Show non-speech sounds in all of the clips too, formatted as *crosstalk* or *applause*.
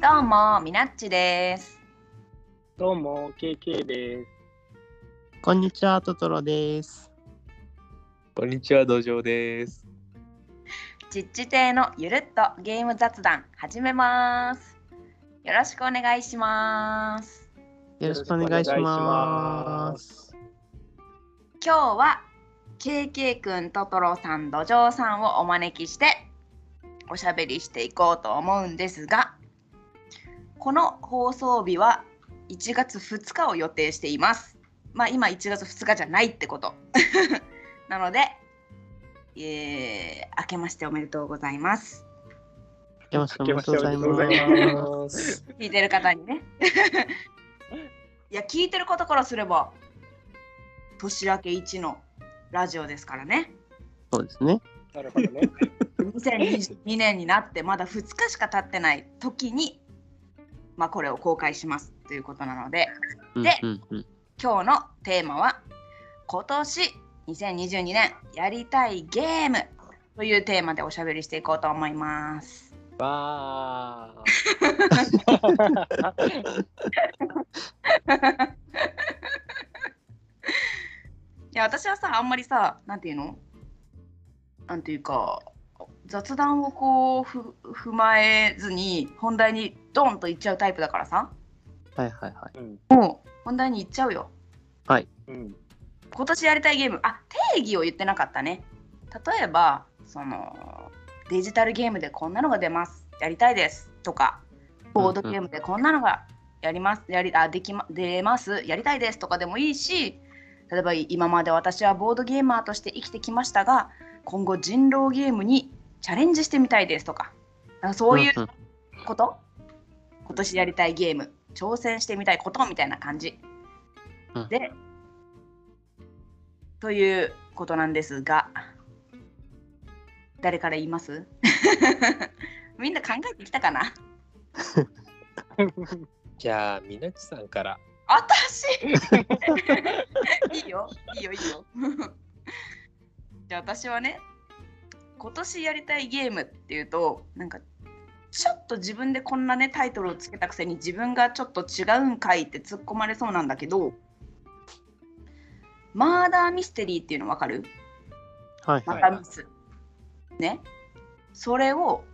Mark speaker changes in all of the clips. Speaker 1: どうも、みなっちです。
Speaker 2: どうも、KK です。
Speaker 3: こんにちは、トトロです。
Speaker 4: こんにちは、土壌です。
Speaker 1: ちっち亭のゆるっとゲーム雑談始めます。よろしくお願いします。
Speaker 3: よろしくお願いします。
Speaker 1: 今日は KK くん、トトロさん、ドジョウさんをお招きしておしゃべりしていこうと思うんですが、この放送日は1月2日を予定しています。まあ今1月2日じゃないってこと。 *laughs* なので、えー、明けましておめでとうございます。
Speaker 3: よろしくお願いします。ありがとうござ
Speaker 2: あり
Speaker 3: い
Speaker 2: がとう
Speaker 3: ます。
Speaker 1: 聞いてる方にね。 *laughs* いや聞いてることからすれば年明け一のラジオですからね
Speaker 3: そうですね。
Speaker 2: なるほどね。
Speaker 1: 2022年になってまだ2日しか経ってない時に、まあ、これを公開しますということなので
Speaker 3: うん
Speaker 1: で
Speaker 3: うんうん
Speaker 1: 今日のテーマは今年2022年やりたいゲームというテーマでおしゃべりしていこうと思います。
Speaker 4: わあ。
Speaker 1: いや私はさあんまりさなんていうのなんていうか雑談をこうふ踏まえずに本題にドンといっちゃうタイプだからさ
Speaker 3: はいはいはい。
Speaker 1: 本題にいっちゃうよ
Speaker 2: うん。
Speaker 1: 今年やりたいゲームあ定義を言ってなかったね例えばそのデジタルゲームでこんなのが出ますやりたいですとかボードゲームでこんなのがやりますやりあできま出ますやりたいですとかでもいいし例えば今まで私はボードゲーマーとして生きてきましたが今後人狼ゲームにチャレンジしてみたいですとかなんかそういう
Speaker 3: うんうん
Speaker 1: こと今年やりたいゲーム挑戦してみたいことみたいな感じ、
Speaker 3: うん
Speaker 1: でということなんですが誰から言います *laughs* みんな考えてきたかな
Speaker 4: じゃあ、みなちさんから。
Speaker 2: *laughs*
Speaker 1: 私いいよいいよいいよ *laughs* じゃあ私はね今年やりたいゲームっていうとなんかちょっと自分でこんなねタイトルをつけたくせに自分がちょっと違うんかいって突っ込まれそうなんだけどマーダーミステリーっていうの分かる
Speaker 3: はい
Speaker 1: マー
Speaker 3: はい。
Speaker 1: ダーミス、ねそれを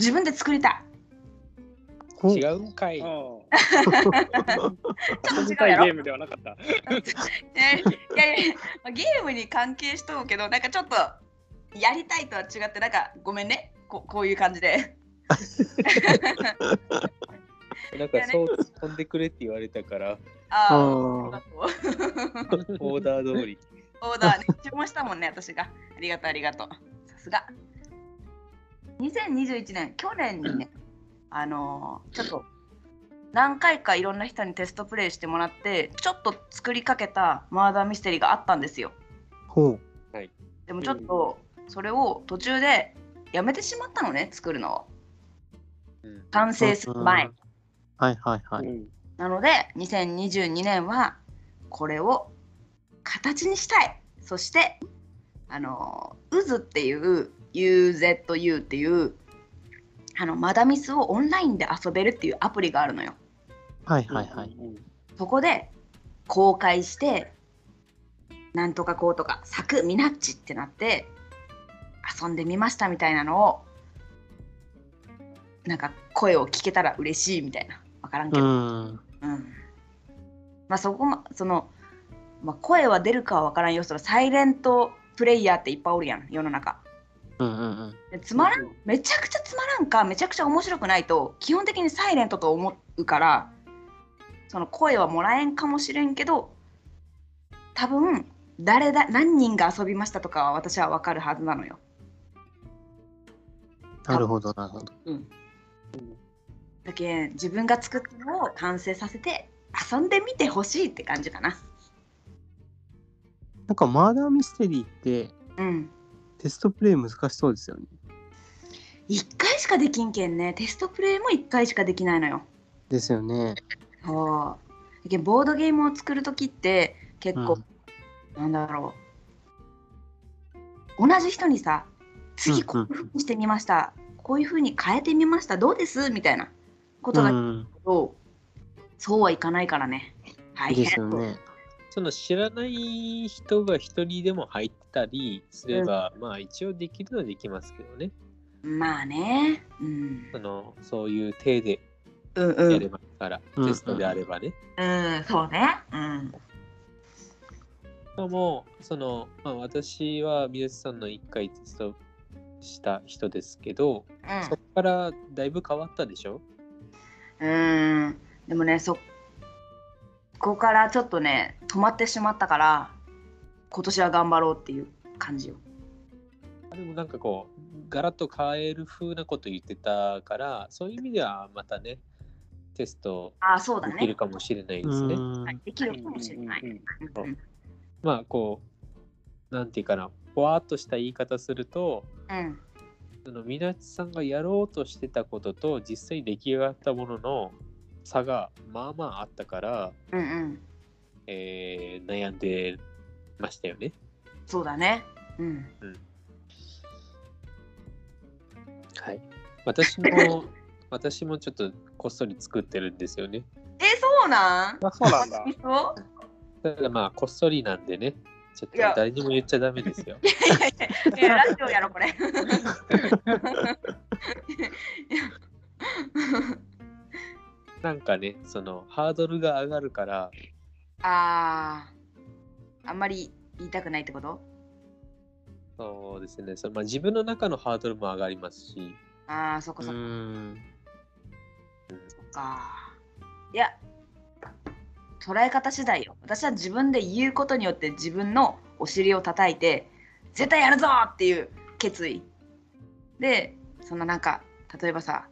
Speaker 1: 自分で作りたい
Speaker 3: ほう
Speaker 4: 違うんかい。
Speaker 2: あ
Speaker 1: ちょっと違
Speaker 2: た
Speaker 1: うや
Speaker 2: い
Speaker 1: ろ
Speaker 2: ゲームではなかった。
Speaker 1: *laughs* ねいやいやまあゲームに関係しとるけどなんかちょっとやりたいとは違ってなんかごめんねここういう感じで
Speaker 4: なんか、そう突っ込んでくれって言われたから、
Speaker 1: あ
Speaker 3: あ
Speaker 1: ー
Speaker 3: ー
Speaker 1: ありがとう
Speaker 4: オーダー通り。
Speaker 1: オーダーね注文したもんね私がありがとうありがとうさすが2021年去年にねあのーちょっと何回かいろんな人にテストプレイしてもらってちょっと作りかけたマーダーミステリーがあったんですよ
Speaker 3: ほう。
Speaker 1: でもちょっとそれを途中でやめてしまったのね作るのを
Speaker 4: うん
Speaker 1: 完成する
Speaker 3: う
Speaker 1: 前
Speaker 3: ん。はいはいはい。
Speaker 2: ん。
Speaker 1: なので2022年はこれを形にしたいそしてあの渦っていう UZU っていうあのマダミスをオンラインで遊べるっていうアプリがあるのよ
Speaker 3: はいはいはい。
Speaker 2: うん。
Speaker 1: そこで公開してなんとかこうとか作ミナッチってなって遊んでみましたみたいなのをなんか声を聞けたら嬉しいみたいな分からんけ
Speaker 3: う
Speaker 1: ど、う
Speaker 3: ん。
Speaker 1: んまあそこもその、まあ、声は出るかは分からんよそのサイレントプレイヤーっていっぱいおるやん世の中
Speaker 3: うんうんうん。
Speaker 1: でつまらんめちゃくちゃつまらんかめちゃくちゃ面白くないと基本的にサイレントと思うからその声はもらえんかもしれんけど多分誰だ何人が遊びましたとかは私は分かるはずなのよ。
Speaker 3: なるほどなるほど。
Speaker 1: だけん自分が作ったのを完成させて遊んでみてほしいって感じかな。
Speaker 3: なんかマーダーミステリーって
Speaker 1: うん
Speaker 3: テストプレイ難しそうですよね。
Speaker 1: 1回しかできんけんねテストプレイも1回しかできないのよ。
Speaker 3: ですよね。
Speaker 1: そうだけどボードゲームを作る時って結構、なんだろう同じ人にさ次こういうふうにしてみました、こういうふうに変えてみましたどうですみたいなこと
Speaker 3: う
Speaker 1: だけ
Speaker 3: ん、
Speaker 1: ど、そうはいかないからね。大変
Speaker 3: ですよね。
Speaker 4: その知らない人が一人でも入ったりすれば、まあ一応できるのはできますけどね。
Speaker 1: まあね。うん。
Speaker 4: そのそういう体で
Speaker 1: うんう
Speaker 4: やれ
Speaker 1: ん。
Speaker 4: ばいいから、
Speaker 3: うん
Speaker 4: テストであればね。
Speaker 1: うん、そうね。うん。
Speaker 4: まあもうその、まあ、私は宮司さんの1回テストした人ですけど、そこからだいぶ変わったでしょ
Speaker 1: うん。うん。でもね、そここからちょっとね、止まってしまったから、今年は頑張ろうっていう感じよ。
Speaker 4: でもなんかこうガラッと変える風なこと言ってたからそういう意味ではまたねテスト
Speaker 1: あ、そうだ
Speaker 4: できる
Speaker 1: ね。
Speaker 4: かもしれないで
Speaker 3: う
Speaker 4: すね。
Speaker 3: ん
Speaker 1: はいできるかもしれない。うんうん
Speaker 4: まあこうなんていうかなぼわっとした言い方すると
Speaker 1: うん。
Speaker 4: そのみなちさんがやろうとしてたことと実際に出来上がったものの差がまあまああったから、
Speaker 1: うんうん。
Speaker 4: えー悩んでましたよね。
Speaker 1: そうだね。うん。
Speaker 4: はい、私も *laughs* 私もちょっとこっそり作ってるんですよね。
Speaker 1: え、そうなん
Speaker 2: あ、そうなんだ。
Speaker 1: そう
Speaker 4: ただまあこっそりなんでねちょっと
Speaker 1: いや
Speaker 4: 誰にも言っちゃダメですよ。
Speaker 1: *laughs*
Speaker 4: *laughs*
Speaker 1: いやラジオやろこ *laughs* れ。
Speaker 4: なんかねそのハードルが上がるから
Speaker 1: ああ、あんまり言いたくないってこと
Speaker 4: そうですねその、まあ、自分の中のハードルも上がりますし
Speaker 1: ああ、そこ
Speaker 3: う
Speaker 1: そこ
Speaker 3: ん。
Speaker 1: か。いや、捉え方次第よ。私は自分で言うことによって自分のお尻を叩いて、絶対やるぞっていう決意。で、そのなんか、例えばさ、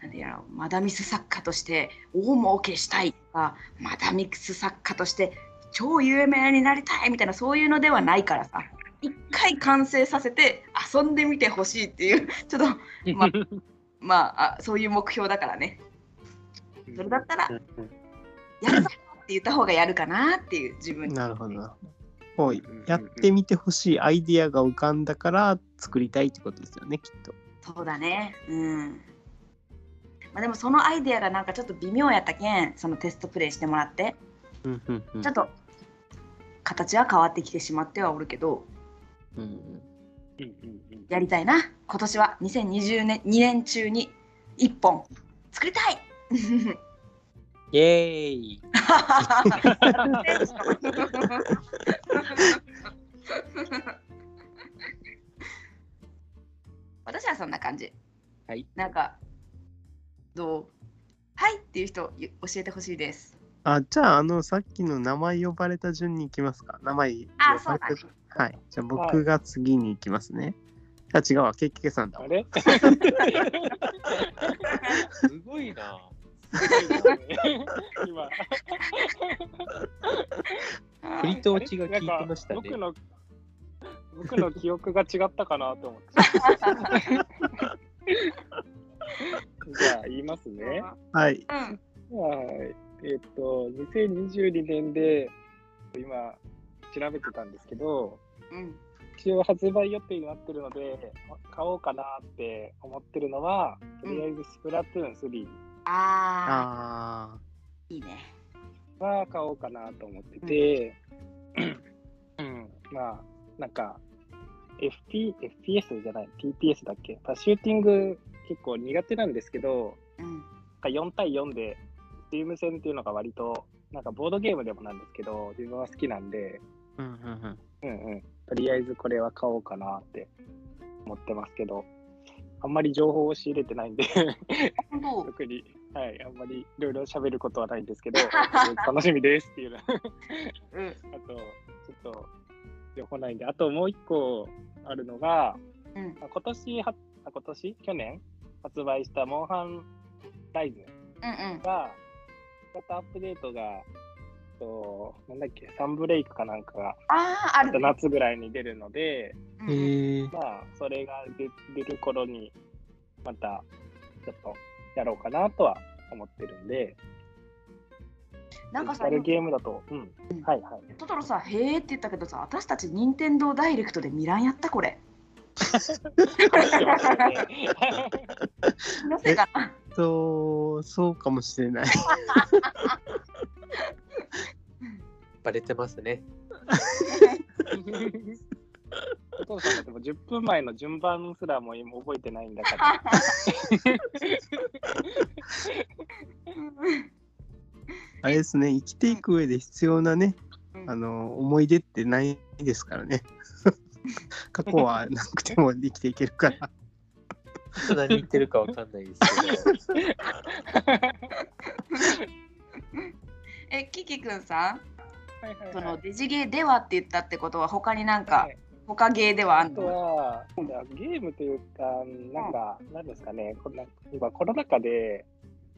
Speaker 1: なんていうのマダミス作家として大儲けしたいとか、マダミス作家として超有名になりたいみたいな、そういうのではないからさ、一回完成させて遊んでみてほしいっていう、ちょっとまあまああ、そういう目標だからね。それだったら、やるぞって言った方がやるかなっていう自分に。
Speaker 3: なるほどな。もう
Speaker 2: うん
Speaker 3: やってみてほしいアイディアが浮かんだから作りたいってことですよね、きっと。
Speaker 1: そうだね。うん。まあ、でもそのアイデアがなんかちょっと微妙やったけん、そのテストプレイしてもらって、
Speaker 3: うんうんうん
Speaker 1: ちょっと形は変わってきてしまってはおるけど、
Speaker 3: うんうん
Speaker 2: うんうんうん
Speaker 1: やりたいな。今年は2020年2年中に1本作りたい
Speaker 4: イエーイ
Speaker 1: *laughs* 私はそんな感じ。
Speaker 4: はい。
Speaker 1: なんか、どうはいっていう人ゆ教えてほしいです。
Speaker 3: あじゃあ、あの、さっきの名前呼ばれた順に行きますか。名前呼
Speaker 1: あ
Speaker 3: ばれた
Speaker 1: そう
Speaker 3: はい。じゃあ、僕が次に行きますね。あ、違うわ、ケーキケさんだ
Speaker 2: あ。れ
Speaker 4: すごいな。
Speaker 2: 今。
Speaker 4: 振りと落ちが効いて
Speaker 2: なん
Speaker 4: ま
Speaker 2: か
Speaker 4: したね。
Speaker 2: 僕の僕の記憶が違ったかなと思って。じゃあ言いますね。
Speaker 3: はい。
Speaker 1: うん。
Speaker 2: はい。えっと2022年で今調べてたんですけど、
Speaker 1: うん。
Speaker 2: 一応発売予定になってるので買おうかなって思ってるのはとりあえずスプラトゥーン3
Speaker 1: ああ、
Speaker 3: あ
Speaker 1: いいね。
Speaker 2: は買おうかなと思ってて、うん、まあ、なんか、FP、FPS じゃない、TPS だっけまあシューティング結構苦手なんですけど、
Speaker 1: うん。
Speaker 2: なんか4対4で、チーム戦っていうのが割と、なんかボードゲームでもなんですけど、自分は好きなんで、
Speaker 3: ーうんうんうん。
Speaker 2: とりあえずこれは買おうかなって思ってますけど、あんまり情報を仕入れてないんで、 *laughs*
Speaker 1: 本当
Speaker 2: 特に、はい、あんまりいろいろ喋ることはないんですけど、楽しみですっていうの
Speaker 1: うん。
Speaker 2: あと、ちょっと、情報ないんで、あともう一個あるのが、
Speaker 1: うん。
Speaker 2: あ今年は、あ今年去年発売したモンハンライズ
Speaker 1: うんうん。
Speaker 2: が、またアップデートが、となんだっけ、サンブレイクかなんかが、
Speaker 1: ああ、あるね。
Speaker 2: 夏ぐらいに出るので、
Speaker 1: うんうん
Speaker 3: えー
Speaker 2: まあ、それが出出る頃に、また、ちょっと、やろうかなとは思ってるんで、
Speaker 1: なんかさ、
Speaker 2: デジタルゲームだと、うん、は
Speaker 1: *laughs*
Speaker 2: いはい。
Speaker 1: トトロさ、へーって言ったけどさ、私たち、任天堂ダイレクトでミランやったこれ。
Speaker 2: 話してましたよね
Speaker 1: 気のせいかな。
Speaker 3: と、そうかもしれない。
Speaker 4: バレてますね。
Speaker 2: お父さんだってもう10分前の順番すらもう今覚えてないんだから。
Speaker 3: あれですね、生きていく上で必要なね、
Speaker 1: うん
Speaker 3: あの、思い出ってないですからね。 *laughs* 過去はなくても生きていけるから。
Speaker 4: 何言ってるかわかんないですけど。
Speaker 1: *laughs* え、キキくんさん、
Speaker 2: はいはいはい
Speaker 1: そのデジゲーではって言ったってことは他になん
Speaker 2: は
Speaker 1: か
Speaker 2: い
Speaker 1: 他ゲーではあ
Speaker 2: あ
Speaker 1: ん
Speaker 2: と
Speaker 1: の？
Speaker 2: は、じゃあゲームというか、なんか、なんですかね、こんな今、コロナ禍で、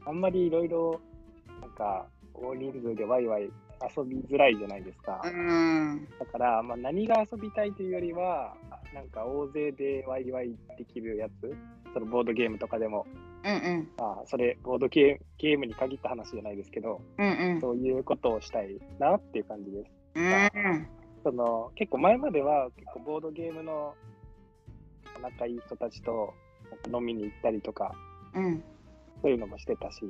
Speaker 2: あんまりいろいろ、なんか、大人数でワイワイ遊びづらいじゃないですか。
Speaker 1: うん。
Speaker 2: だから、まあ、何が遊びたいというよりは、なんか、大勢でワイワイできるやつ、そのボードゲームとかでも、
Speaker 1: うんうん
Speaker 2: まあ、それ、ボードゲーゲームに限った話じゃないですけど、
Speaker 1: うんうん
Speaker 2: そういうことをしたいなっていう感じです。
Speaker 1: うん
Speaker 2: その結構前までは結構ボードゲームの仲いい人たちと飲みに行ったりとか
Speaker 1: うん
Speaker 2: そういうのもしてたし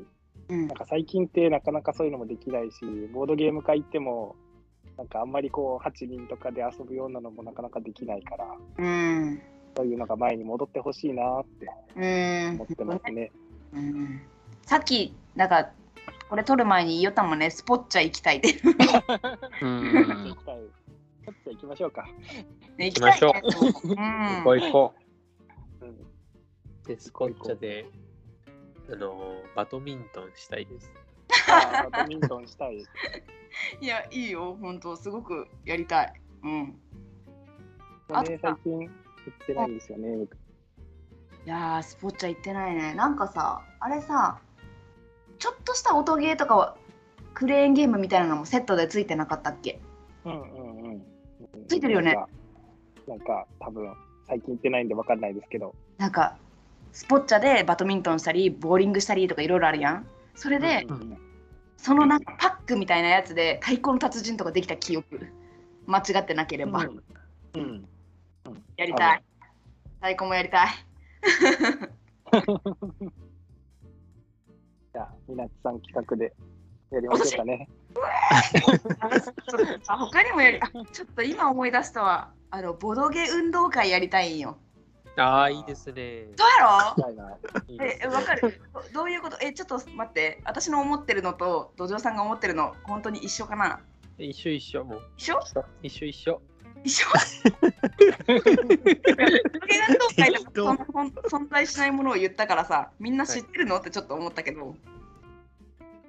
Speaker 1: うん
Speaker 2: なんか最近ってなかなかそういうのもできないしボードゲーム会行ってもなんかあんまりこう8人とかで遊ぶようなのもなかなかできないから
Speaker 1: うん
Speaker 2: そういうのが前に戻ってほしいなって
Speaker 1: うん
Speaker 2: 思ってますね。
Speaker 1: うん。さっきなんかこれ撮る前に言おったもんね、スポッチャ行きたいって。
Speaker 3: *laughs* う
Speaker 2: 行き
Speaker 3: ん。
Speaker 2: たいちょっと行きましょうか。
Speaker 1: ね行
Speaker 4: きましょう
Speaker 1: きたいね
Speaker 4: 行こう行こ
Speaker 2: うん
Speaker 4: う。で、スコッチャで、あの、バドミントンしたいです。
Speaker 2: あーバドミントンしたい。
Speaker 1: うん。いやいいよ、本当すごくやりたい。うん。あ
Speaker 2: ね、最近行ってないんですよね。僕
Speaker 1: いやースポッチャ行ってないねなんかさあれさちょっとした音ゲーとかはクレーンゲームみたいなのもセットでついてなかったっけ
Speaker 2: うんうんうん。
Speaker 1: ついてるよね
Speaker 2: なんかなんか多分最近行ってないんで分かんないですけど、
Speaker 1: なんかスポッチャでバドミントンしたりボーリングしたりとかいろいろあるやんそれで、
Speaker 2: うんうん
Speaker 1: そのなんかパックみたいなやつで太鼓の達人とかできた記憶間違ってなければ、
Speaker 2: うん、
Speaker 1: やりたい太鼓もやりたい
Speaker 2: じゃあみなちさん企画でやりましょうかね。
Speaker 1: あ他にもやりあちょっと今思い出したわあのボドゲ運動会やりたいんよ
Speaker 4: ああ、いいですね。
Speaker 1: どうやろう
Speaker 2: したいな。
Speaker 4: いいで
Speaker 1: え、
Speaker 4: す
Speaker 1: わ
Speaker 4: ね
Speaker 1: かる
Speaker 4: *laughs*
Speaker 1: どどういうことえ、ちょっと待って、私の思ってるのと、土壌さんが思ってるの、本当に一緒かな
Speaker 4: 一緒一緒、もう。
Speaker 1: 一緒
Speaker 4: 一緒一緒。
Speaker 1: 一緒映画運動会とかそんなほん存在しないものを言ったからさ、みんな知ってるのってちょっと思ったけど、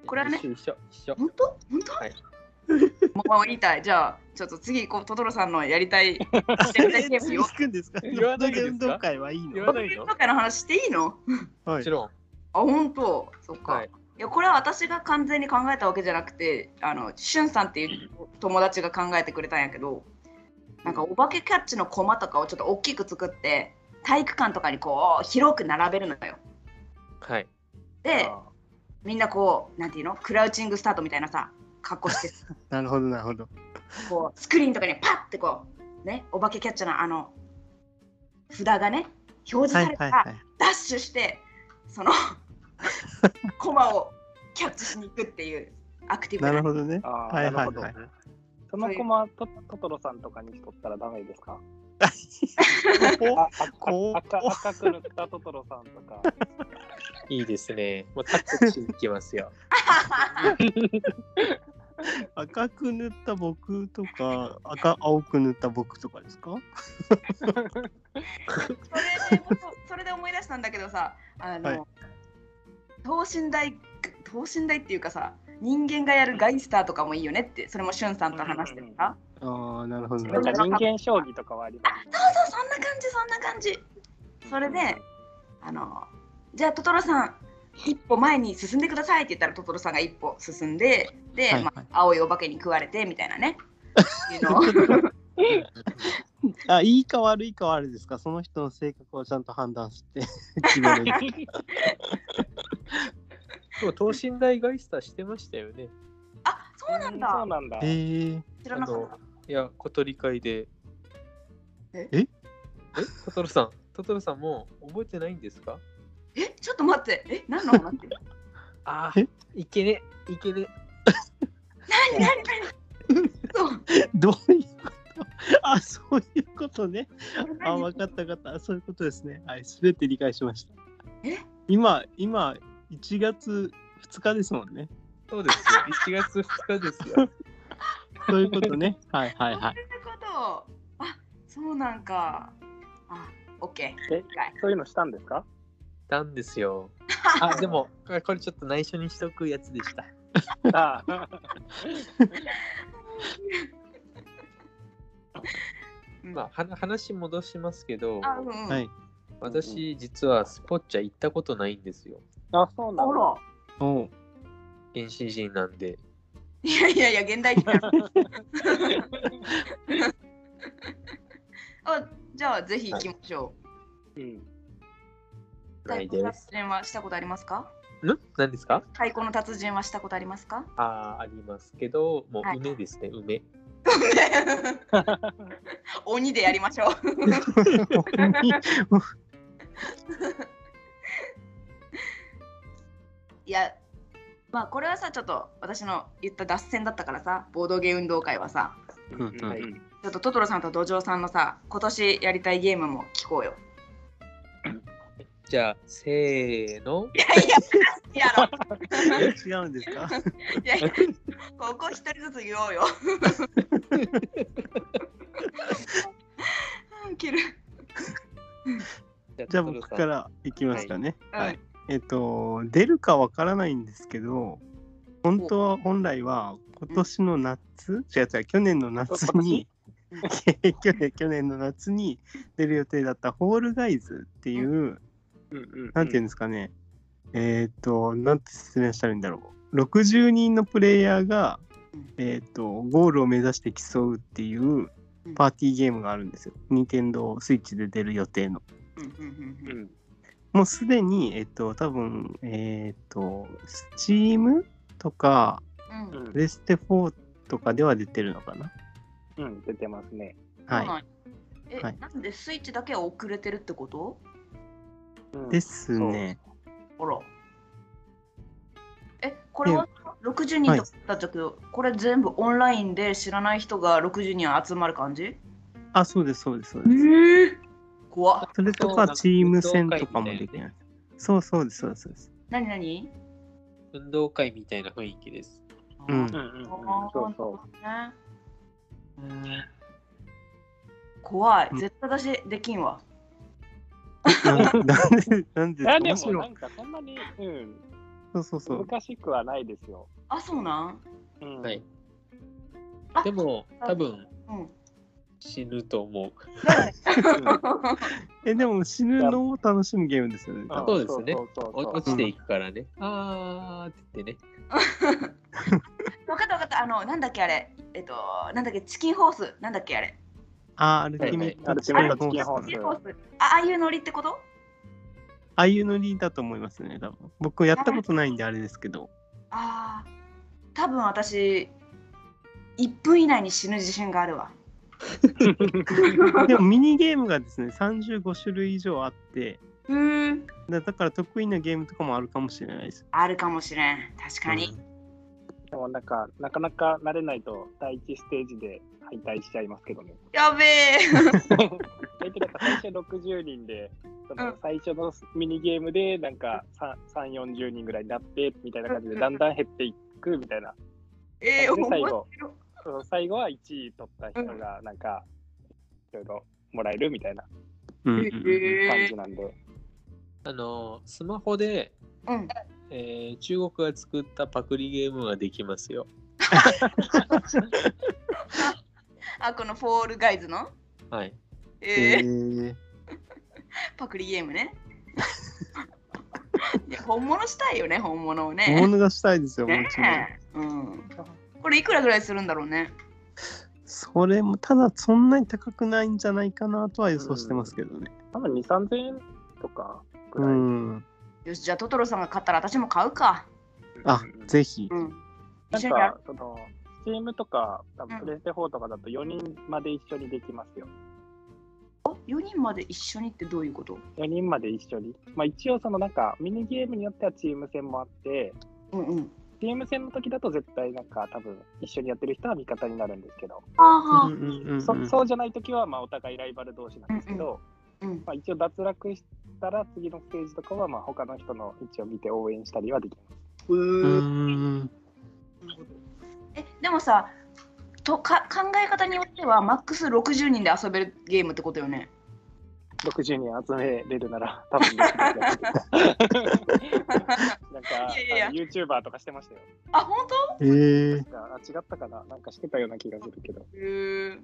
Speaker 1: これはね
Speaker 4: 一緒一緒、一緒。
Speaker 1: 本当本当
Speaker 4: はい
Speaker 1: もう言いたい。じゃあ、ちょっと次、こうトトロさんのやりたい、やりたいゲーム
Speaker 3: 次
Speaker 1: よ
Speaker 3: 行。くんですか
Speaker 4: 言わないんですか
Speaker 3: 運動会はいいの
Speaker 4: 言わ
Speaker 1: バド
Speaker 4: な *laughs* い
Speaker 1: ミン
Speaker 4: の
Speaker 1: トン会の話していいの
Speaker 3: は
Speaker 4: も
Speaker 3: い
Speaker 4: ち。ろん。
Speaker 1: あ、本当そっか。
Speaker 4: はい。
Speaker 1: いやこれは私が完全に考えたわけじゃなくてあのしゅんさんっていう友達が考えてくれたんやけどなんかお化けキャッチのコマとかをちょっと大きく作って体育館とかにこう広く並べるのよ。
Speaker 4: はい。
Speaker 1: でみんなこうなんていうのクラウチングスタートみたいなさ格好して
Speaker 3: なるほど、なるほど。
Speaker 1: こうスクリーンとかにパッてこうねお化けキャッチャーのあの札がね表示
Speaker 3: はい
Speaker 1: された
Speaker 3: はい
Speaker 1: ら
Speaker 3: はい。
Speaker 1: ダッシュして
Speaker 3: *laughs*
Speaker 1: そのコマをキャッチしに行くっていうアクティブ
Speaker 3: な
Speaker 1: な
Speaker 3: るほ
Speaker 4: *laughs*
Speaker 3: どね。
Speaker 2: あー
Speaker 3: はいはい
Speaker 2: な
Speaker 3: は
Speaker 2: る
Speaker 3: い
Speaker 2: ほ。そのコマトトトロさんとかにしとったらダメですか？あ
Speaker 3: こう
Speaker 2: 赤赤赤く塗ったトトロさんとか。
Speaker 4: いいですね。もうタッチいきま
Speaker 1: *laughs*
Speaker 4: すよ。
Speaker 3: 赤く塗った僕とか、赤、青く塗った僕とかですか
Speaker 1: それでそれで思い出したんだけどさあの、
Speaker 3: はい
Speaker 1: 等身大等身大っていうかさ人間がやるガイスターとかもいいよねってそれもしゅんさんと話してた、
Speaker 3: ああ、なるほど。な
Speaker 2: な
Speaker 3: る
Speaker 2: ん
Speaker 3: ほ
Speaker 2: か
Speaker 3: ど
Speaker 2: 人間将棋とかはあります、ね。
Speaker 1: そうそうそんな感じそんな感じそれであのじゃあトトロさん一歩前に進んでくださいって言ったらトトロさんが一歩進んでで、
Speaker 3: はいはい
Speaker 1: まあ、青いお化けに食われてみたいなねいうの
Speaker 3: *laughs*
Speaker 1: を
Speaker 3: あ、いいか悪いかはあれですかその人の性格をちゃんと判断して決める。
Speaker 1: *laughs*
Speaker 4: でも、等身大ガイスターしてましたよね。
Speaker 1: あそうなんだ
Speaker 2: そうなんだ。
Speaker 3: えー、
Speaker 1: 知
Speaker 4: あ
Speaker 1: らなかっ
Speaker 4: の
Speaker 1: た、
Speaker 4: いや、小鳥会で。
Speaker 1: え
Speaker 4: えトトロさん、トトロさんもう覚えてないんですか
Speaker 1: えちょょっと待って、え、何の話 *laughs*
Speaker 4: あ
Speaker 3: え
Speaker 4: いけねいけね
Speaker 1: 何何
Speaker 3: *laughs*
Speaker 1: 何そう
Speaker 3: どういうことあ、そういうことね。あ、
Speaker 1: 何
Speaker 3: 分かった分かった。そういうことですね。はい、すべて理解しました。
Speaker 1: え
Speaker 3: 今、今、1月2日ですもんね。
Speaker 4: そうですよ1月2日です *laughs* よ
Speaker 3: そういうこと
Speaker 1: *laughs*
Speaker 3: ね。はいはいはい。
Speaker 1: そういうことあそうなんかあオッケー
Speaker 2: えそういうのしたんですか
Speaker 4: なんですよあでもこれ *laughs* これちょっと内緒にしとくやつでした
Speaker 2: ああ
Speaker 1: うん
Speaker 4: まあはな話戻しますけど
Speaker 1: あうんうん、
Speaker 3: はい。
Speaker 4: 私実はスポッチャ行ったことないんですよ
Speaker 2: あ、そうな
Speaker 1: あ
Speaker 2: んだ。
Speaker 1: ら
Speaker 3: おう
Speaker 4: 原始人なんで
Speaker 1: いやいやいや現代人
Speaker 3: *laughs*
Speaker 1: だあじゃあぜひ行きましょ
Speaker 2: うん。
Speaker 1: う、
Speaker 4: ない
Speaker 1: 太鼓の
Speaker 4: です
Speaker 1: 達人はしたことありますか
Speaker 4: ん何ですか
Speaker 1: 太鼓の達人はしたことあります
Speaker 3: *laughs*
Speaker 1: か
Speaker 4: あーありますけども
Speaker 1: はいう
Speaker 4: 梅ですね梅
Speaker 1: 鬼でやりましょういやまあこれはさちょっと私の言った脱線だったからさボードゲー運動会はさ
Speaker 3: うんうん
Speaker 2: はい
Speaker 1: ちょっとトトロさんとドジョウさんのさ今年やりたいゲームも聞こうよ。
Speaker 4: じゃあせー *laughs* の
Speaker 1: いやいやや
Speaker 3: *laughs*
Speaker 1: ろ
Speaker 3: 違うんですか
Speaker 1: いやいやここ一人ずつ言おうよ。 *laughs* あウケる。
Speaker 3: じゃあ僕か
Speaker 4: トトロ
Speaker 3: らいきますかね。
Speaker 1: はいうん
Speaker 3: えっと、出るかわからないんですけど、本当は本来は今年の夏、違う違う、去年の夏に、 *laughs* 去年去年の夏に出る予定だったホールガイズっていう、
Speaker 2: うん
Speaker 3: なんていうんですかね、えーっと、なんて説明したらいいんだろう。60人のプレイヤーが、えーっと、ゴールを目指して競うっていうパーティーゲームがあるんですよ。任天堂スイッチで出る予定の。
Speaker 1: うんうんうん
Speaker 2: う
Speaker 1: うん
Speaker 2: ん。
Speaker 3: もうすでに、えっと、多分、えっと、Steam とか、
Speaker 1: うん
Speaker 2: うん
Speaker 3: プレステ4とかでは出てるのかな。
Speaker 2: うん、出てますね。
Speaker 1: そう
Speaker 3: は
Speaker 1: なんえ、
Speaker 3: はい
Speaker 1: なんでスイッチだけは遅れてるってこと
Speaker 2: うん
Speaker 3: い。ですね。
Speaker 1: あら。え、これは60人だったけど、これ全部オンラインで知らない人が60人集まる感じ
Speaker 3: あ、そうです、そうです、そう
Speaker 1: え
Speaker 3: です。
Speaker 1: 怖っ。
Speaker 3: それと
Speaker 4: そう
Speaker 3: か、
Speaker 4: なんか
Speaker 3: チーム戦とかもでき
Speaker 4: 運動会みたいな
Speaker 3: ない。そうそうです、そうですそうです。
Speaker 1: なになに
Speaker 4: 運動会みたいな雰囲気です
Speaker 3: うん
Speaker 2: うんうんうん。
Speaker 1: あー
Speaker 2: そうそ
Speaker 1: なるほどね。怖い
Speaker 3: うん。
Speaker 1: 絶対私できんわ。
Speaker 3: なんなんで、なん
Speaker 2: う。
Speaker 3: で
Speaker 2: いや、
Speaker 3: で
Speaker 2: ですも、な
Speaker 3: か
Speaker 2: んかそんなに、うん、
Speaker 3: そうそうそう。
Speaker 2: 難しくはないですよ。
Speaker 1: あ、そうなん
Speaker 2: うん。
Speaker 4: はい。
Speaker 1: あ
Speaker 4: でも
Speaker 1: あ
Speaker 4: 多分
Speaker 1: うん。
Speaker 4: 死ぬと思う
Speaker 3: え、でも死ぬのを楽しむゲームですよね。
Speaker 2: ん
Speaker 4: そうですね。
Speaker 2: そうそう
Speaker 4: お
Speaker 2: そう
Speaker 4: 落ちていくからね、あーって言ってね
Speaker 1: 分かった分かった。あの、なんだっけあれ。えっと、なんだっけ、チキンホース。なんだっけあれ。
Speaker 3: あー、アルティメ
Speaker 2: はいはい
Speaker 3: ットチ
Speaker 2: アルティメットチ
Speaker 3: キ
Speaker 2: キ
Speaker 3: ン
Speaker 2: ン
Speaker 3: ホ
Speaker 2: ホ
Speaker 3: ー
Speaker 2: ー
Speaker 3: ス
Speaker 2: ス
Speaker 1: チキンホース。あああいうノリってこと
Speaker 3: ああいうノリだと思いますね、多分。僕やったことないんであれですけど。
Speaker 1: ああ。多分私、1分以内に死ぬ自信があるわ。
Speaker 3: でもミニゲームがですね、35種類以上あって、
Speaker 1: うーん。
Speaker 3: だだから得意なゲームとかもあるかもしれないです。
Speaker 1: あるかもしれん。確かに。
Speaker 2: でも、なんか、なかなか慣れないと、第一ステージで敗退しちゃいますけどね。
Speaker 1: やべえ。
Speaker 2: 大体、なんか、最初60人で、その最初のミニゲームで、なんか、3、40人ぐらいになって、みたいな感じで、だんだん減っていくみたいな。
Speaker 1: ええ
Speaker 2: で最
Speaker 1: ー、
Speaker 2: 後そう最後は1位取った人がなんかいろいろもらえるみたいな
Speaker 3: うんうんうん
Speaker 2: 感
Speaker 1: え
Speaker 2: じなんで、
Speaker 4: あのースマホで、
Speaker 1: うん。
Speaker 4: えー中国が作ったパクリゲームができますよ
Speaker 1: あ、このフォールガイズの
Speaker 4: はい
Speaker 1: ええ
Speaker 3: へー
Speaker 1: パクリゲームね。いや本物したいよね、本物を
Speaker 3: 大
Speaker 1: ね。
Speaker 3: 物がしたいですよ、も
Speaker 1: ね
Speaker 3: ちろん。
Speaker 1: うん、これいくらぐらいするんだろうね。
Speaker 3: それも、ただそんなに高くないんじゃないかなとは予想してますけどね。
Speaker 2: 多分2、3000円とかぐ
Speaker 3: う
Speaker 2: らい。
Speaker 3: ん。
Speaker 1: よし、じゃあトトロさんが買ったら私も買うか。
Speaker 3: あ、ぜひ。
Speaker 1: うん。
Speaker 2: なん
Speaker 1: 一緒にやる
Speaker 2: か、その、チームとか、多
Speaker 1: う
Speaker 2: 分
Speaker 1: ん
Speaker 2: プレステ4とかだと4人まで一緒にできますよ。
Speaker 1: 4人まで一緒にってどういうこと
Speaker 2: 4人まで一緒に、まあ、一応そのなんかミニゲームによってはチーム戦もあって
Speaker 1: うんうん。
Speaker 2: チーム戦の時だと絶対なんか多分一緒にやってる人は味方になるんですけど、
Speaker 1: ああ、
Speaker 3: うんうんうんうん
Speaker 2: そそうじゃない時はまあお互いライバル同士なんですけど、
Speaker 1: うん。
Speaker 2: まあ、一応脱落したら次のステージとかはまあ他の人の位置を見て応援したりはできます
Speaker 3: うん
Speaker 1: え、でもさ、とか考え方によってはマックス60人で遊べるゲームってことよ *laughs* ね。
Speaker 2: 60人集めれるなら多分できる気がするなんか
Speaker 1: いやいやいや
Speaker 2: あの YouTuber とかしてましたよ。
Speaker 1: あ、本当？
Speaker 3: え *laughs* ー
Speaker 2: 確、かあ違ったかななんかしてたような気がするけど。
Speaker 1: へ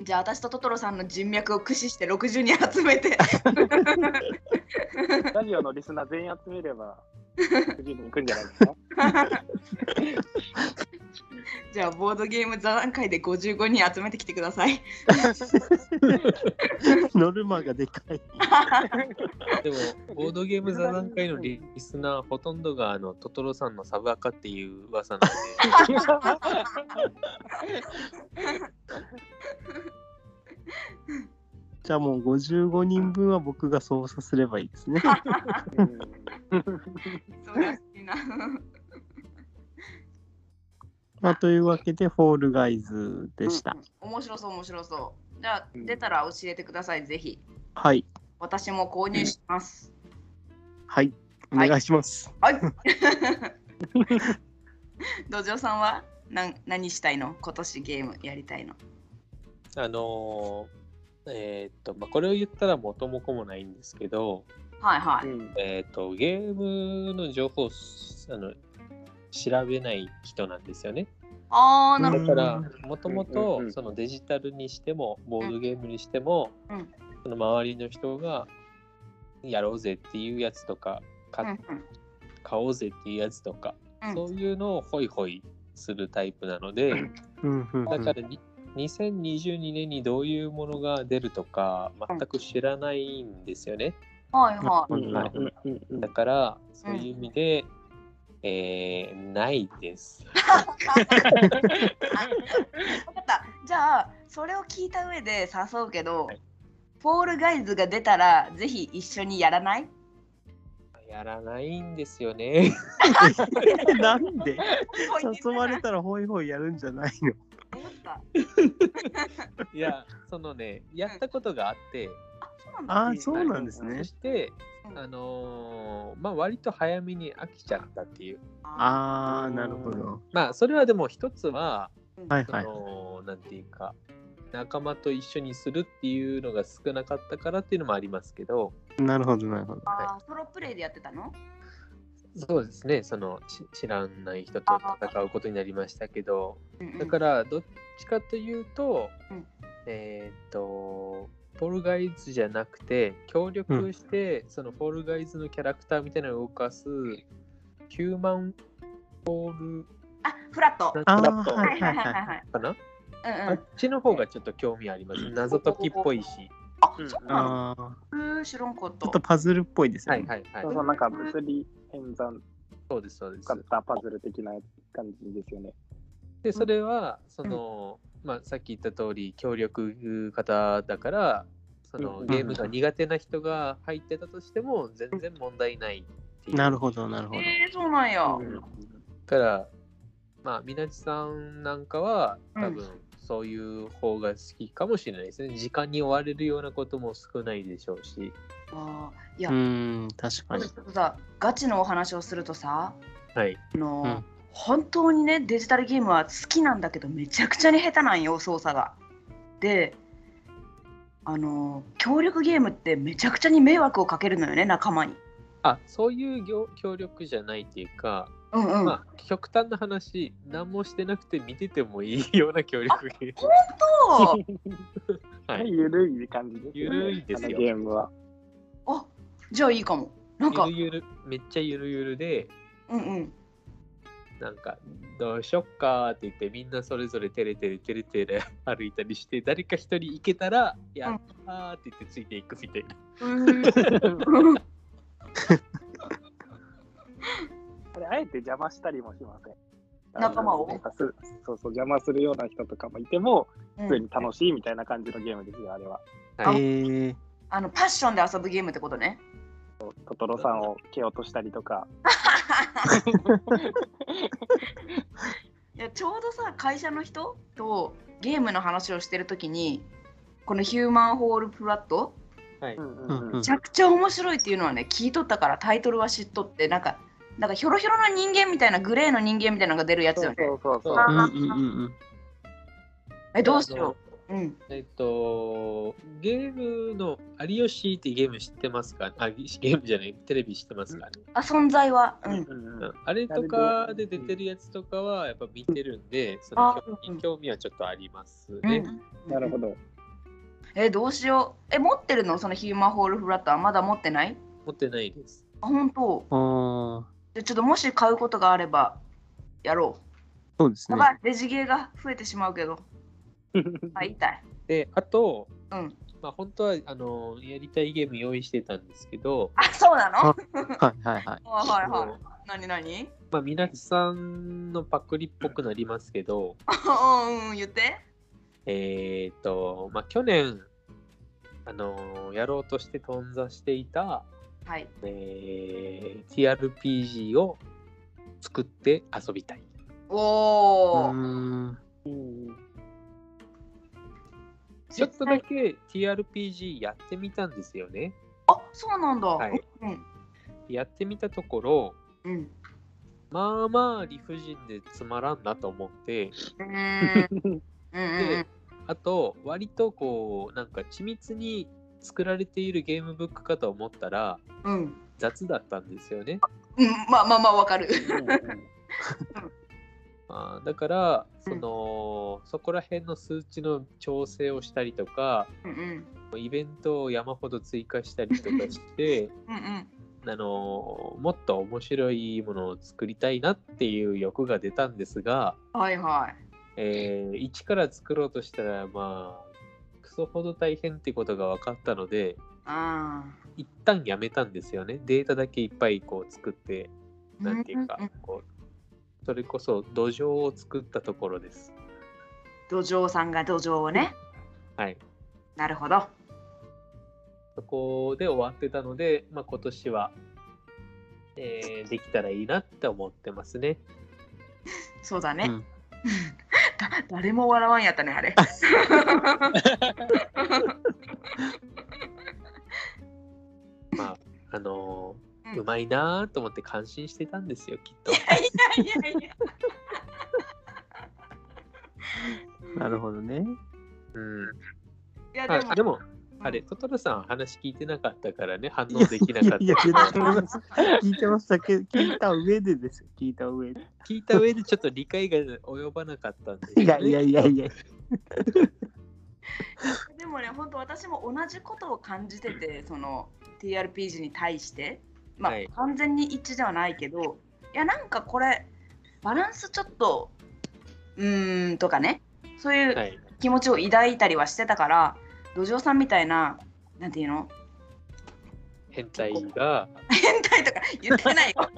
Speaker 1: えじゃあ私とトトロさんの人脈を駆使して60人集め *laughs* て
Speaker 2: ラジオのリスナー全員集めれば60人行くんじゃないですか
Speaker 1: *laughs* じゃあボードゲーム座談会で55人集めてきてくださ *laughs* い
Speaker 3: ノルマがでかい。
Speaker 4: で
Speaker 3: *laughs*
Speaker 4: も、ボードゲーム座談会のリスナー、ほとんどがあのトトロさんのサブアカっていう噂なんで、
Speaker 3: じゃあもう55人分は僕が操作すればいいですね。
Speaker 2: うん
Speaker 1: そうらしいな
Speaker 3: まあ、というわけで、フォールガイズでした。
Speaker 1: 面白そう面白そうじゃあ
Speaker 2: うん
Speaker 1: 出たら教えてくださいぜひ
Speaker 3: はい。
Speaker 1: 私も購入します
Speaker 3: はい。お
Speaker 1: はい
Speaker 3: 願いします。
Speaker 1: はい *laughs* 土壌さんは何何したいの今年ゲームやりたいの
Speaker 4: あのーえーっと、まあ、これを言ったら元も子もないんですけど、
Speaker 1: はいは
Speaker 2: う
Speaker 1: い、
Speaker 2: ん
Speaker 4: えーっと、ゲームの情報をあの調べない人なんですよね。
Speaker 1: ああなる
Speaker 4: だ
Speaker 1: ほ
Speaker 4: か
Speaker 3: う
Speaker 4: ら
Speaker 3: ん、
Speaker 4: もとも
Speaker 2: うんうんう
Speaker 4: と
Speaker 2: ん
Speaker 4: そのデジタルにしても、ボードゲームにしても
Speaker 1: うん、
Speaker 4: その周りの人がやろうぜっていうやつとか、
Speaker 1: ど、
Speaker 4: 買
Speaker 1: う
Speaker 4: っ
Speaker 1: んうん
Speaker 4: 買おうぜっていうやつとか、
Speaker 1: うん
Speaker 4: そういうのをホイホイするタイプなので、
Speaker 3: うんうんう
Speaker 4: *laughs* だ
Speaker 3: ん
Speaker 4: からに2022年にどういうものが出るとか全く知らないんですよね。
Speaker 1: はいはい
Speaker 2: うん
Speaker 4: はい
Speaker 2: うんうんうん
Speaker 4: だからそういう意味で、えーないです。
Speaker 1: *laughs* 分かったじゃあそれを聞いた上で誘うけど、
Speaker 4: はい
Speaker 1: フォールガイズが出たらぜひ一緒にやらない
Speaker 4: やらないんですよね。
Speaker 3: なんで誘われ
Speaker 1: た
Speaker 3: たらホイホイやるんじゃないの
Speaker 1: 思った
Speaker 4: *laughs* いやそのねやったことがあって
Speaker 1: あそうなんだ
Speaker 3: ああ、そうなんです
Speaker 4: そ
Speaker 3: ね。
Speaker 4: して
Speaker 1: うん
Speaker 4: あのーまあ割と早めに飽きちゃったっていう
Speaker 1: あ
Speaker 3: ああ、なるほど。
Speaker 4: まあそれはでも一つは
Speaker 3: はい
Speaker 4: そ
Speaker 3: はい。
Speaker 4: のなんていうか仲間と一緒にするっていうのが少なかったからっていうのもありますけど
Speaker 3: なるほど、なるほど。
Speaker 1: あソロプレイでやってたの
Speaker 4: そうですねそのし知らない人と戦うことになりましたけどだかららどっちかというと、
Speaker 1: うん
Speaker 4: えーっとフォールガイズじゃなくて協力して、そのフォールガイズのキャラクターみたいなのを動かすヒューマンフォール
Speaker 1: あフラット
Speaker 3: ああ、
Speaker 4: ラット
Speaker 3: はい
Speaker 1: は
Speaker 3: はいい
Speaker 1: はいはいい
Speaker 3: ははい。
Speaker 1: はい
Speaker 4: かな、
Speaker 1: うん
Speaker 4: あ
Speaker 1: う
Speaker 4: っ
Speaker 1: ん
Speaker 4: ちの方がちょっと興味あります謎解きっぽいし、
Speaker 1: あ
Speaker 2: うん
Speaker 1: そうなの
Speaker 3: ああ、
Speaker 1: うん知らんかっ
Speaker 3: ちょ
Speaker 1: た
Speaker 3: っとパズルっぽいです
Speaker 4: は
Speaker 3: ね
Speaker 4: い。はいはい
Speaker 2: そうそうなんか物理演算
Speaker 4: そうですそうです
Speaker 2: 使ったパズル的な感じですよね。
Speaker 4: でそれはその、まあ、さっき言った通り協力型だからその
Speaker 2: うん
Speaker 4: ゲームが苦手な人が入ってたとしても全然問題ないっていう
Speaker 3: なるほど、なるほど。
Speaker 1: えー、そうなんや、
Speaker 2: うん
Speaker 4: だからまあみなちさんなんかは多
Speaker 1: う
Speaker 4: 分そういう方が好きかもしれないですね、時間に追われるようなことも少ないでしょうし
Speaker 1: あーいや、
Speaker 3: うーん、確か
Speaker 1: ち
Speaker 3: に
Speaker 1: ょっ。とさガチのお話をするとさ
Speaker 4: はい
Speaker 1: あの、
Speaker 3: うん
Speaker 1: 本当にねデジタルゲームは好きなんだけどめちゃくちゃに下手なんよ操作が。であの協力ゲームってめちゃくちゃに迷惑をかけるのよね仲間に。
Speaker 4: あそういう業協力じゃないっていうか、
Speaker 1: うんうん、
Speaker 4: まあ極端な話何もしてなくて見ててもいいような協力ゲーム
Speaker 1: そう
Speaker 4: は
Speaker 2: はい、
Speaker 4: い
Speaker 2: ゆるい感じですよね。
Speaker 4: ゆるいですよ
Speaker 2: あのゲームは。
Speaker 1: あじゃあいいかも。なんか
Speaker 4: ゆるゆるめっちゃゆるゆるで
Speaker 1: うんうん
Speaker 4: なんか「どうしよっか」って言ってみんなそれぞれテレテレテレテレ歩いたりして誰か一人行けたら「やったー」って言ってついていくみたいな。
Speaker 1: うーん。
Speaker 2: あれ、あえて邪魔したりもしません。
Speaker 1: 仲間を
Speaker 2: なんかすそうそう、邪魔するような人とかもいても、
Speaker 1: う
Speaker 2: 普通に
Speaker 1: ん
Speaker 2: 楽しいみたいな感じのゲームですよ、あれは。
Speaker 4: は
Speaker 3: え
Speaker 4: い、
Speaker 3: ー、
Speaker 1: あのパッションで遊ぶゲームってことね。
Speaker 2: トトロさんを蹴落としたりとか、
Speaker 1: いやちょうどさ会社の人とゲームの話をしてるときにこのヒューマンホールフラット
Speaker 4: はい、
Speaker 3: うんうん
Speaker 1: めちゃくちゃ面白いっていうのはね聞いとったからタイトルは知っとってなんかなんかヒョロヒョロの人間みたいなグレーの人間みたいなのが出るやつ
Speaker 2: そ
Speaker 1: よ
Speaker 2: う
Speaker 1: ね。
Speaker 2: そうそうそう
Speaker 4: あ
Speaker 3: うんうんうん
Speaker 1: えどうしよう。うん。
Speaker 4: えっと、ゲームの有吉ってゲーム知ってますかあ、ゲームじゃない、テレビ知ってますか、
Speaker 1: あ存在は。う
Speaker 2: うん
Speaker 1: ん。
Speaker 2: うん
Speaker 4: う
Speaker 2: うん
Speaker 4: ん、あれとかで出てるやつとかはやっぱ見てるんで、その興
Speaker 1: あうん
Speaker 4: 味興味はちょっとあります
Speaker 1: う
Speaker 4: ね。
Speaker 1: ん
Speaker 2: なるほど。
Speaker 1: えどうしよう。え持ってるのそのヒューマンホールフラットはまだ持ってない
Speaker 4: 持ってないです。
Speaker 1: あ本当。
Speaker 3: うん。ああ、
Speaker 1: でちょっともし買うことがあればやろ
Speaker 3: そうです
Speaker 1: う。
Speaker 3: ね
Speaker 1: や。ばいデジゲーが増えてしまうけど。あ痛い。
Speaker 4: で、あと、
Speaker 1: うん
Speaker 4: まあ本当はあのやりたいゲーム用意してたんですけど、
Speaker 1: あそうなの？は
Speaker 3: あはいはいはい。
Speaker 1: いはい
Speaker 4: あ
Speaker 1: は
Speaker 4: の
Speaker 1: い。何何？ *laughs*
Speaker 4: まあ、みなきさんのパクリっぽくなりますけど、
Speaker 1: うんうん言って。
Speaker 4: えっと、まあ、去年、あのやろうとして頓挫していた、
Speaker 1: はい。
Speaker 4: えー TRPG を作って遊びたい。
Speaker 3: う
Speaker 1: おお。
Speaker 3: ーん。
Speaker 2: うん
Speaker 4: ちょっとだけ TRPG やってみたんですよね。
Speaker 1: あそうなんだ。
Speaker 4: はい
Speaker 1: うん
Speaker 4: やってみたところ、
Speaker 1: うん。
Speaker 4: まあまあ理不尽でつまらんなと思って、
Speaker 1: うーんうんうん
Speaker 4: あと、割とこう、なんか緻密に作られているゲームブックかと思ったら、
Speaker 1: うんうん。
Speaker 4: 雑だったんですよね。
Speaker 1: うんまあまあまあわかる。
Speaker 4: まあ、だから、
Speaker 1: う
Speaker 4: そ
Speaker 1: ん
Speaker 4: の、そこら辺の数値の調整をしたりとか、
Speaker 1: うんうん
Speaker 4: イベントを山ほど追加したりとか
Speaker 1: *laughs*
Speaker 4: して、
Speaker 1: うんうん。
Speaker 4: あのもっと面白いものを作りたいなっていう欲が出たんですが、
Speaker 1: はいはい。
Speaker 4: えー一から作ろうとしたらまあクソほど大変ってことが分かったので
Speaker 1: あ
Speaker 4: 一旦やめたんですよねデータだけいっぱいこう作って
Speaker 1: あ。
Speaker 4: なんていうか
Speaker 1: んんん
Speaker 4: こうそれこそ土壌を作ったところです
Speaker 1: 土壌さんが土壌をね。
Speaker 4: はい
Speaker 1: なるほど。
Speaker 4: そこで終わってたので、まあ、今年は、えーできたらいいなって思ってますね
Speaker 1: そうだね。
Speaker 3: うん
Speaker 1: だ誰も笑わんやったねあれ。
Speaker 4: あのー
Speaker 1: うん
Speaker 4: うまいなーと思って感心してたんですよきっと
Speaker 1: いやいやいや。
Speaker 3: なるほどね。
Speaker 4: うん
Speaker 1: いやでも
Speaker 4: あでもあれ、トトロさん話聞いてなかったからね、反応できなかった。
Speaker 3: いやいやいや聞いてましたけど、聞いた上でですよ。聞いた上で。
Speaker 4: 聞いた上でちょっと理解が及ばなかったんで、
Speaker 3: いやいやいやいや。
Speaker 1: でもね、本当私も同じことを感じてて、その TRPG に対して、まあ、
Speaker 4: はい
Speaker 1: 完全に一致ではないけど、いや、なんかこれ、バランスちょっと、うーんとかね、そうい
Speaker 4: は
Speaker 1: う
Speaker 4: い。
Speaker 1: 気持ちを抱いたりはしてたから、土壌さんみたいな、なんていうの、 *laughs*
Speaker 4: 変態が、
Speaker 1: 変態とか言ってない
Speaker 4: *laughs*
Speaker 1: よ。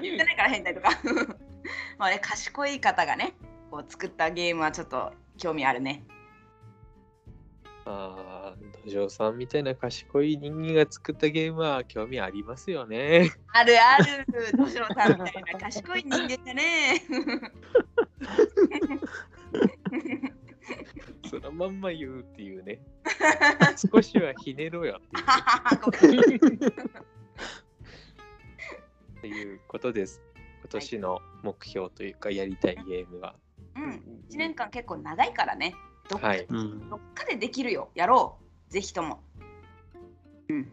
Speaker 1: 言ってないから変態とか。 *laughs* まあね、賢い方がね、こう作ったゲームはちょっと興味あるね。
Speaker 4: あー土壌さんみたいな賢い人間が作ったゲームは興味ありますよね。
Speaker 1: あるある、土壌さんみたい
Speaker 4: *laughs*
Speaker 1: な賢い人間だね。
Speaker 4: そのまんま言うってい
Speaker 1: *laughs*
Speaker 4: うね。少しはひねろよ
Speaker 1: ごめん
Speaker 4: っていうことです。今年の目標というか、やりたいゲームは。
Speaker 1: うん、1年間結構長いからね。どっか,、
Speaker 4: はい。
Speaker 3: うん。
Speaker 1: どっかでできるよ。やろう。ぜひとも。
Speaker 4: うん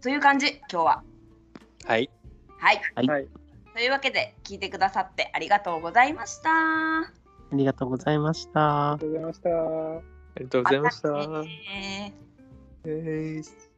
Speaker 1: という感じ、今日は。
Speaker 4: はい。
Speaker 1: はい。
Speaker 2: はい。
Speaker 1: というわけで、聞いてくださってありがとうございました。
Speaker 3: ありがとうございました
Speaker 2: あ。りがとうございました。
Speaker 4: ありがとうございました。
Speaker 1: またね
Speaker 4: です